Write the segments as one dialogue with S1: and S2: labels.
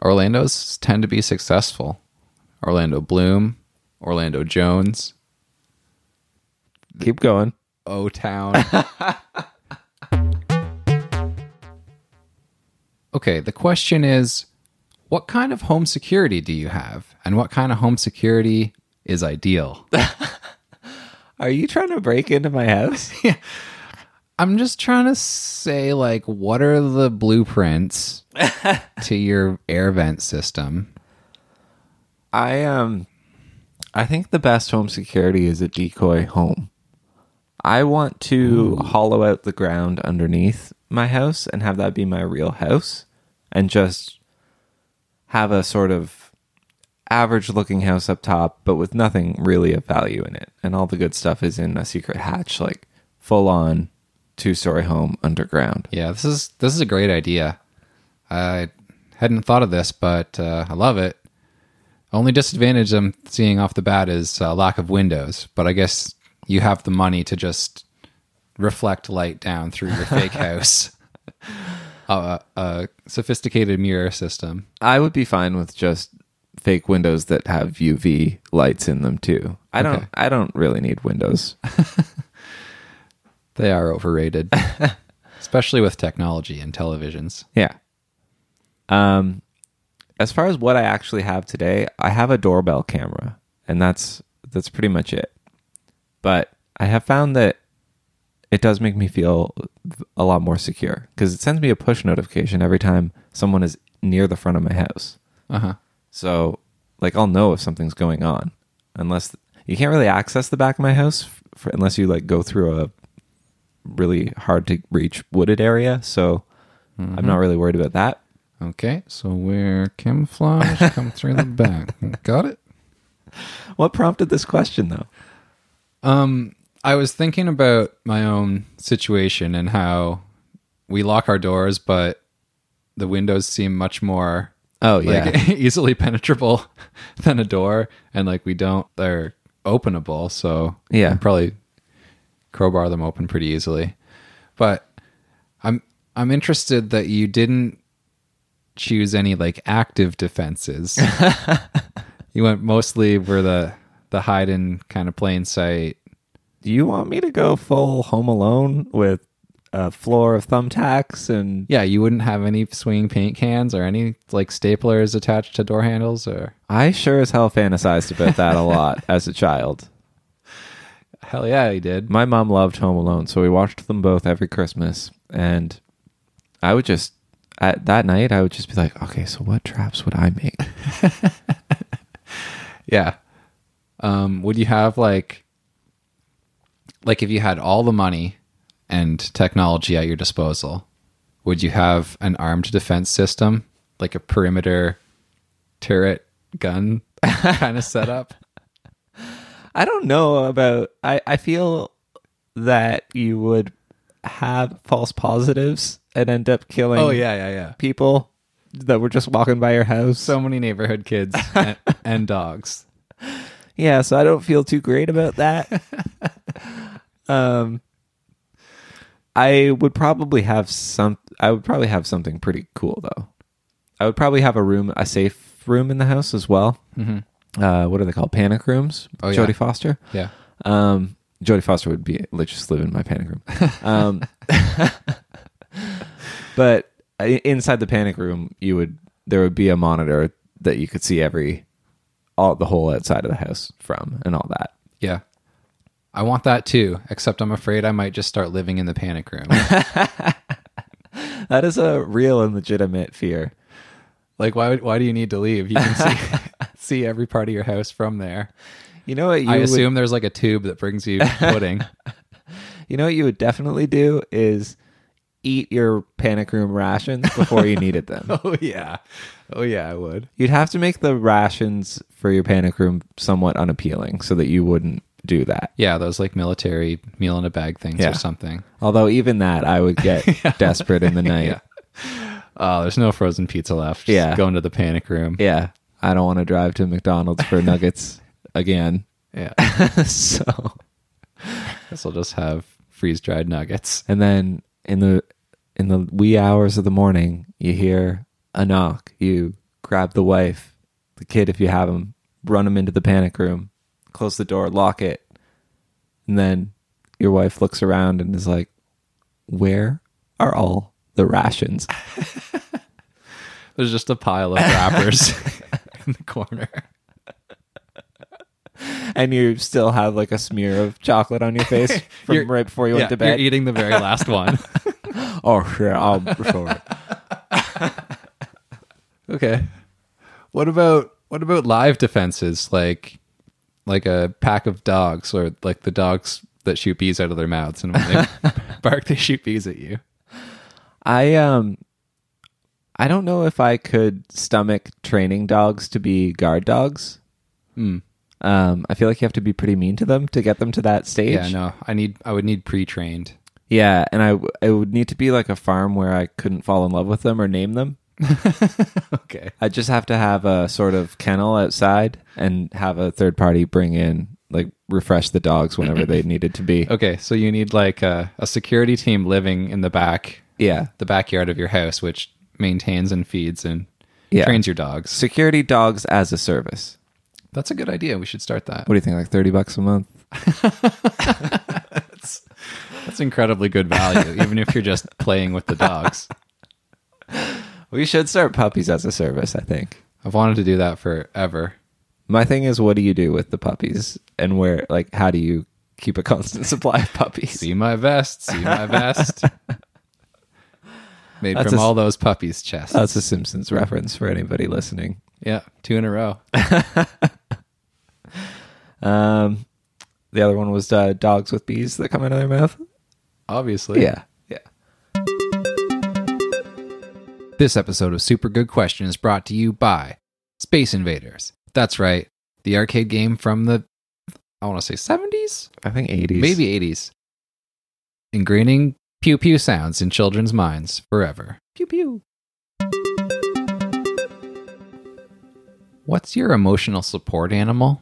S1: Orlando's tend to be successful. Orlando Bloom, Orlando Jones,
S2: Keep going.
S1: O Town. okay, the question is what kind of home security do you have? And what kind of home security is ideal?
S2: Are you trying to break into my house?
S1: I'm just trying to say, like, what are the blueprints to your air vent system?
S2: I um I think the best home security is a decoy home. I want to hollow out the ground underneath my house and have that be my real house and just have a sort of average looking house up top but with nothing really of value in it and all the good stuff is in a secret hatch like full on two story home underground.
S1: Yeah, this is this is a great idea. I hadn't thought of this, but uh, I love it. Only disadvantage I'm seeing off the bat is uh, lack of windows, but I guess you have the money to just reflect light down through your fake house. Uh, a sophisticated mirror system.
S2: I would be fine with just fake windows that have UV lights in them too. I don't I don't really need windows.
S1: They are overrated, especially with technology and televisions.
S2: yeah. Um as far as what I actually have today, I have a doorbell camera and that's that's pretty much it. But I have found that it does make me feel a lot more secure cuz it sends me a push notification every time someone is near the front of my house.
S1: Uh huh.
S2: So, like, I'll know if something's going on, unless you can't really access the back of my house f- f unless you like go through a really hard to reach wooded area. So, I'm not really worried about that.
S1: Okay, so we're camouflage, come through the back. Got it?
S2: What prompted this question, though?
S1: Um, I was thinking about my own situation and how we lock our doors, but the windows seem much more
S2: Oh
S1: like easily penetrable than a door, and like we don't they're openable, so
S2: Yeah.
S1: I'd probably crowbar them open pretty easily. But I'm I'm interested that you didn't choose any like active defenses. you went mostly where the the hide in kind of plain sight
S2: do you want me to go full Home Alone with a floor of thumbtacks and?
S1: Yeah, you wouldn't have any swinging paint cans or any like staplers attached to door handles or
S2: I sure as hell fantasized about that a lot as a child.
S1: hell yeah, you did.
S2: my mom loved Home Alone, so we watched them both every Christmas. And I would just at that night, I would just be like, okay, so what traps would I make?
S1: Yeah. Um, would you have like like if you had all the money and technology at your disposal, would you have an armed defense system, like a perimeter turret gun kind of setup?
S2: I don't know about. I I feel that you would have false positives and end up killing.
S1: Oh, yeah, yeah.
S2: people that were just walking by your house.
S1: So many neighborhood kids and, and dogs.
S2: yeah, so I don't feel too great about that. um, I would probably have some. I would probably have something pretty cool though. I would probably have a room, a safe room in the house as well. Mm-hmm. Uh, what are they called? Panic rooms.
S1: Oh, yeah.
S2: Jodie Foster.
S1: Yeah.
S2: Um, Jodie Foster would be let's just live in my panic room. Um, but i- inside the panic room, you would there would be a monitor that you could see every all the whole outside of the house from and all that.
S1: Yeah. I want that too, except I'm afraid I might just start living in the panic room.
S2: That is a real and legitimate fear.
S1: like why would- why do you need to leave? You can see see every part of your house from there.
S2: You know what you
S1: I
S2: would,
S1: assume there's like a tube that brings you pudding.
S2: you know what you would definitely do is eat your panic room rations before you needed them.
S1: oh yeah. Oh yeah, I would.
S2: You'd have to make the rations for your panic room somewhat unappealing so that you wouldn't do that.
S1: Yeah, those like military meal in a bag things
S2: Yeah.
S1: or something.
S2: Although even that I would get desperate in the night. Yeah.
S1: Oh, there's no frozen pizza left. Just
S2: Yeah.
S1: Going to the panic room.
S2: I don't want to drive to McDonald's for nuggets again.
S1: Yeah.
S2: so
S1: this will just have freeze dried nuggets.
S2: and then in the in the wee hours of the morning you hear a knock. You grab the wife, the kid if you have him, run him into the panic room, close the door, lock it, and then your wife looks around and is like, "Where are all the rations?"
S1: There's just a pile of wrappers in the corner.
S2: and you still have like a smear of chocolate on your face from
S1: You're-
S2: right before you went to bed.
S1: You're eating the very last one.
S2: oh, sure, I'm sure.
S1: okay. What about what about live defenses like like a pack of dogs or like the dogs that shoot bees out of their mouths and when they bark they shoot bees at you.
S2: I um I don't know if I could stomach training dogs to be guard dogs. Um, I feel like you have to be pretty mean to them to get them to that stage.
S1: Hmm. Yeah, no. I need I would need pre-trained.
S2: Yeah, and I w- it would need to be like a farm where I couldn't fall in love with them or name them.
S1: Okay.
S2: I just have to have a sort of kennel outside and have a third party bring in like refresh the dogs whenever they needed to be.
S1: Okay, so you need like a, a security team living in the back
S2: Yeah.
S1: the backyard of your house which maintains and feeds and
S2: Yeah.
S1: trains your dogs.
S2: Security dogs as a service.
S1: That's a good idea. We should start that.
S2: What do you think like 30 bucks a month?
S1: That's incredibly good value even if you're just playing with the dogs.
S2: We should start puppies as a service, I think.
S1: I've wanted to do that forever.
S2: My thing is, what do you do with the puppies, and where? Like, how do you keep a constant supply of puppies?
S1: See my vest. See my vest. Made
S2: That's
S1: from
S2: a s- Uh,
S1: all those puppies' chests.
S2: That's a Simpsons reference for anybody listening.
S1: yeah, two in a row.
S2: Um, the other one was uh, dogs with bees that come out of their mouth.
S1: Obviously.
S2: Yeah, yeah.
S1: This episode of Super Good Question is brought to you by Space Invaders. That's right, the arcade game from the I want to say seventies,
S2: I think eighties.
S1: maybe eighties, ingraining pew pew sounds in children's minds forever.
S2: pew pew.
S1: What's your emotional support animal?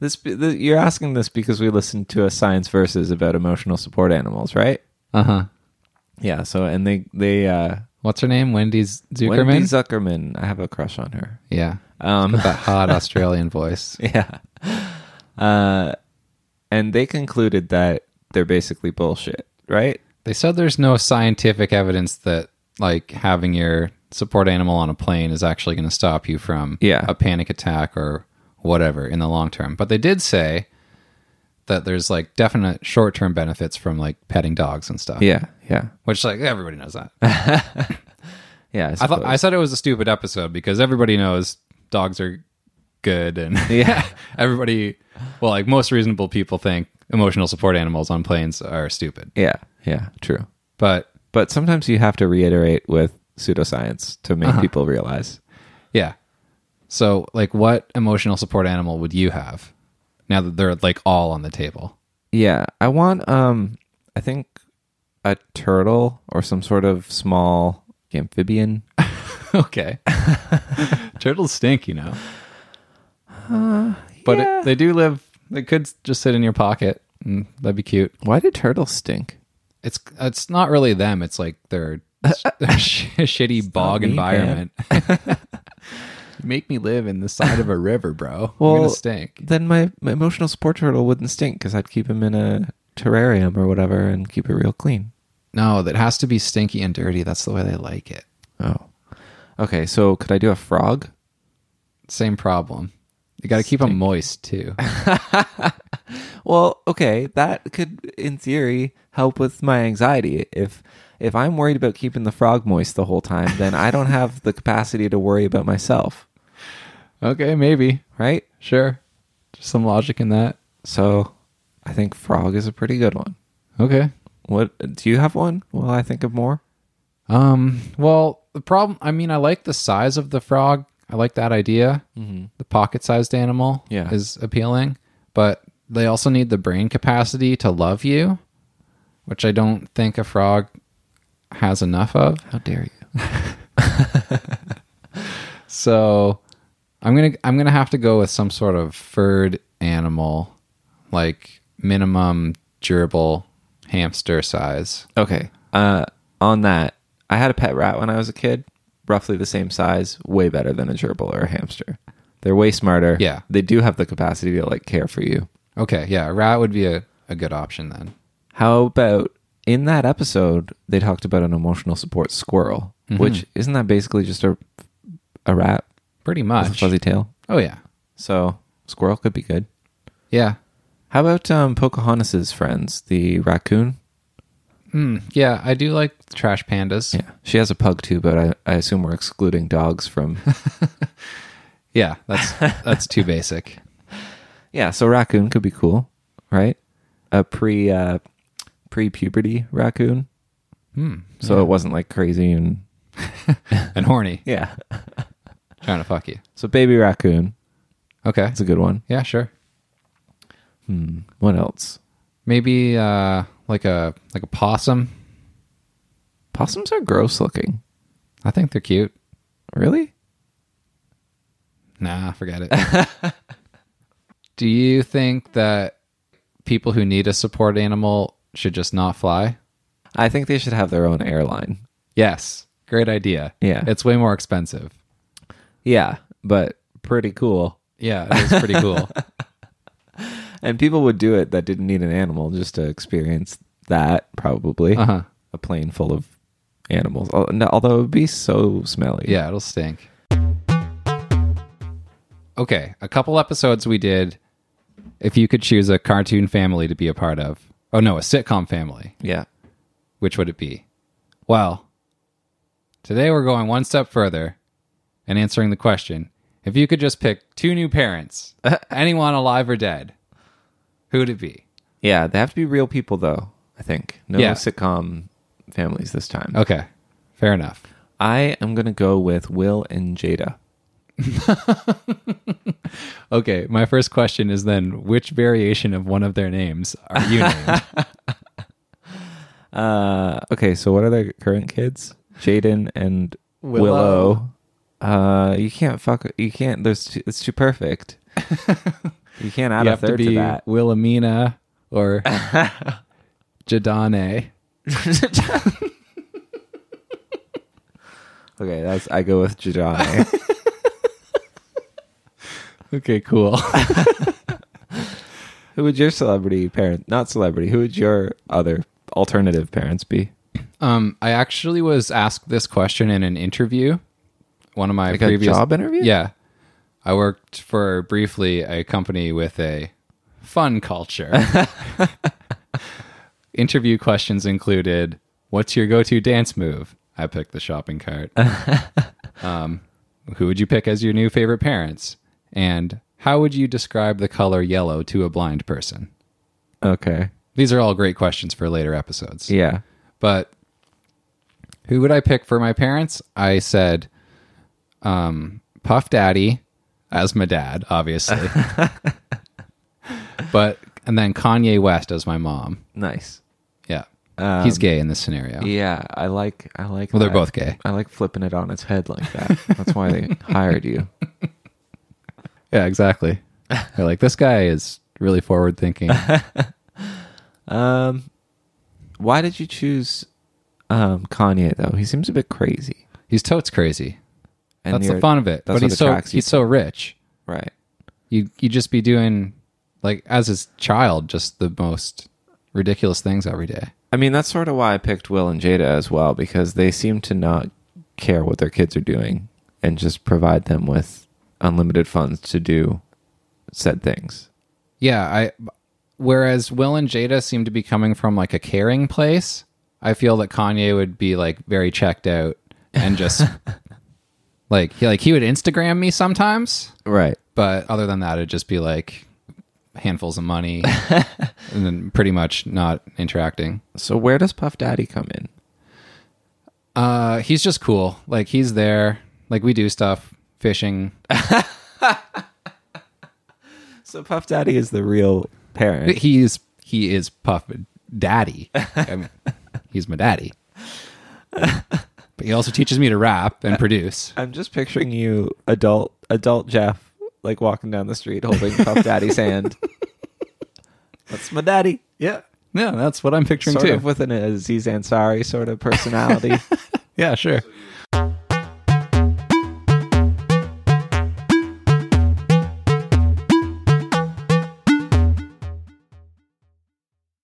S2: This the, you're asking this because we listened to a science versus about emotional support animals, right?
S1: Uh
S2: Uh-huh.
S1: huh.
S2: Yeah. So and they they uh,
S1: What's her name? Wendy's Zuckerman.
S2: Wendy Zuckerman. I have a crush on her.
S1: yeah,
S2: Um,
S1: that hot Australian voice.
S2: Yeah. Uh, and they concluded that they're basically bullshit, right?
S1: They said there's no scientific evidence that like having your support animal on a plane is actually going to stop you from
S2: Yeah.
S1: a panic attack or whatever in the long term. But they did say that there's like definite short-term benefits from like petting dogs and stuff.
S2: Yeah, yeah,
S1: Which like everybody knows that.
S2: yeah.
S1: I thought I said it was a stupid episode because everybody knows dogs are good and
S2: Yeah.
S1: everybody well like most reasonable people think emotional support animals on planes are stupid.
S2: yeah, yeah, true.
S1: But
S2: But sometimes you have to reiterate with pseudoscience to make people realize.
S1: Yeah. So, like, what emotional support animal would you have now that they're like all on the table?
S2: Yeah, I want um, I think a turtle or some sort of small amphibian.
S1: okay. Turtles stink, you know. Uh, but
S2: yeah.
S1: it, they do live. They could just sit in your pocket. And that'd be cute.
S2: Why do turtles stink?
S1: It's it's not really them. It's like their, their sh- shitty bog
S2: me,
S1: environment. you make me live in the side of a river, bro. I'm
S2: Well,
S1: gonna stink.
S2: Then my, my emotional support turtle wouldn't stink because I'd keep him in a terrarium or whatever and keep it real clean.
S1: No, that has to be stinky and dirty. That's the way they like it.
S2: Oh. Okay, so could I do a frog?
S1: Same problem. You got to keep them moist too.
S2: Well, okay, that could in theory help with my anxiety. If if I'm worried about keeping the frog moist the whole time, then I don't have the capacity to worry about myself,
S1: Okay, maybe.
S2: right?
S1: Sure. Just some logic in that.
S2: So, I think frog is a pretty good one.
S1: Okay.
S2: What do you have one? Well, I think of more.
S1: Um, well, the problem I mean, I like the size of the frog. I like that idea. The pocket-sized animal
S2: Yeah.
S1: is appealing, but they also need the brain capacity to love you, which I don't think a frog has enough of.
S2: How dare you?
S1: So, I'm going to I'm going to have to go with some sort of furred animal like minimum gerbil hamster size.
S2: Okay. Uh on that, I had a pet rat when I was a kid. roughly the same size, way better than a gerbil or a hamster. They're way smarter.
S1: Yeah.
S2: They do have the capacity to like care for you.
S1: Okay, yeah, a rat would be a, a good option then.
S2: How about in that episode they talked about an emotional support squirrel, which isn't that basically just a a rat
S1: Pretty
S2: with a
S1: much.
S2: fuzzy tail?
S1: Oh yeah,
S2: So squirrel could be good.
S1: yeah,
S2: How about um, Pocahontas's friends, the raccoon?
S1: mm, yeah. I do like trash pandas.
S2: Yeah, she has a pug too, but I, I assume we're excluding dogs from.
S1: Yeah, that's that's too basic.
S2: yeah, so raccoon could be cool, right? A pre uh, pre puberty raccoon,
S1: Hmm.
S2: so it wasn't like crazy and
S1: And horny,
S2: yeah.
S1: trying to fuck you.
S2: So baby raccoon,
S1: Okay.
S2: that's a good one.
S1: Yeah, sure.
S2: Hmm. What else?
S1: Maybe uh, like a like a possum.
S2: Possums are gross looking.
S1: I think they're cute.
S2: Really?
S1: Nah, forget it. Do you think that people who need a support animal should just not fly?
S2: I think they should have their own airline.
S1: Yes. Great idea.
S2: Yeah.
S1: It's way more expensive.
S2: Yeah, but pretty cool.
S1: Yeah, it was pretty cool.
S2: And people would do it that didn't need an animal just to experience that, probably.
S1: Uh-huh.
S2: A plane full of animals. Al- no, Although it would be so smelly.
S1: Yeah, it'll stink. Okay, a couple episodes we did if you could choose a cartoon family to be a part of. Oh no, a sitcom family.
S2: Yeah.
S1: Which would it be? Well, today we're going one step further and answering the question if you could just pick two new parents, anyone alive or dead, who would it be?
S2: Yeah. They have to be real people, though, I think. No
S1: Yeah. Oh.
S2: sitcom families this time.
S1: Okay, fair enough.
S2: I am going to go with Will and Jada.
S1: Okay, my first question is then which variation of one of their names are you named?
S2: Uh, okay. So, what are their current kids? Jaden and
S1: Willow.
S2: Willow. Uh, you can't fuck. You can't. There's. Too, it's too perfect. you can't add
S1: you
S2: a
S1: have to
S2: third to,
S1: be
S2: that.
S1: Wilhelmina or Jadane.
S2: Okay, that's I go with Jadane.
S1: Okay, cool.
S2: who would your celebrity parent? Not celebrity. Who would your other alternative parents be?
S1: um, I actually was asked this question in an interview. One of my
S2: Like
S1: previous
S2: a job interview?
S1: Yeah. I worked for briefly a company with a fun culture. Interview questions included What's your go to dance move? I picked the shopping cart. um, who would you pick as your new favorite parents? And how would you describe the color yellow to a blind person?
S2: Okay.
S1: These are all great questions for later episodes
S2: Yeah.
S1: but who would I pick for my parents? I said, um, Puff Daddy as my dad, obviously. but and then Kanye West as my mom.
S2: Nice.
S1: Yeah,
S2: Um,
S1: he's gay in this scenario.
S2: Yeah, I like I like
S1: well, they're
S2: that.
S1: both gay.
S2: I like flipping it on its head like that. That's why they hired you.
S1: Yeah, exactly. they're like this guy is really forward thinking.
S2: Um why did you choose um Kanye though? He seems a bit crazy.
S1: he's totes crazy.
S2: And
S1: that's
S2: you're-
S1: the fun of it.
S2: that's
S1: But
S2: what
S1: he's so
S2: attracts you
S1: he's so rich.
S2: Right.
S1: You you just be doing like as his child, just the most ridiculous things every day.
S2: I mean, that's sort of why I picked Will and Jada as well because they seem to not care what their kids are doing and just provide them with unlimited funds to do said things.
S1: Yeah, I whereas Will and Jada seem to be coming from like a caring place, I feel that Kanye would be like very checked out and just like he like he would Instagram me sometimes,
S2: Right.
S1: but other than that it'd just be like handfuls of money and then pretty much not interacting.
S2: So where does Puff Daddy come in?
S1: Uh he's just cool. Like he's there. Like we do stuff, fishing.
S2: So Puff Daddy is the real parent.
S1: He's he is Puff Daddy. I mean, he's my daddy. But he also teaches me to rap and produce.
S2: I'm just picturing you adult adult Jeff like walking down the street holding Puff Daddy's hand. That's my daddy.
S1: Yeah. Yeah, that's what I'm picturing
S2: Sort
S1: too.
S2: of with an Aziz Ansari sort of personality.
S1: yeah, sure.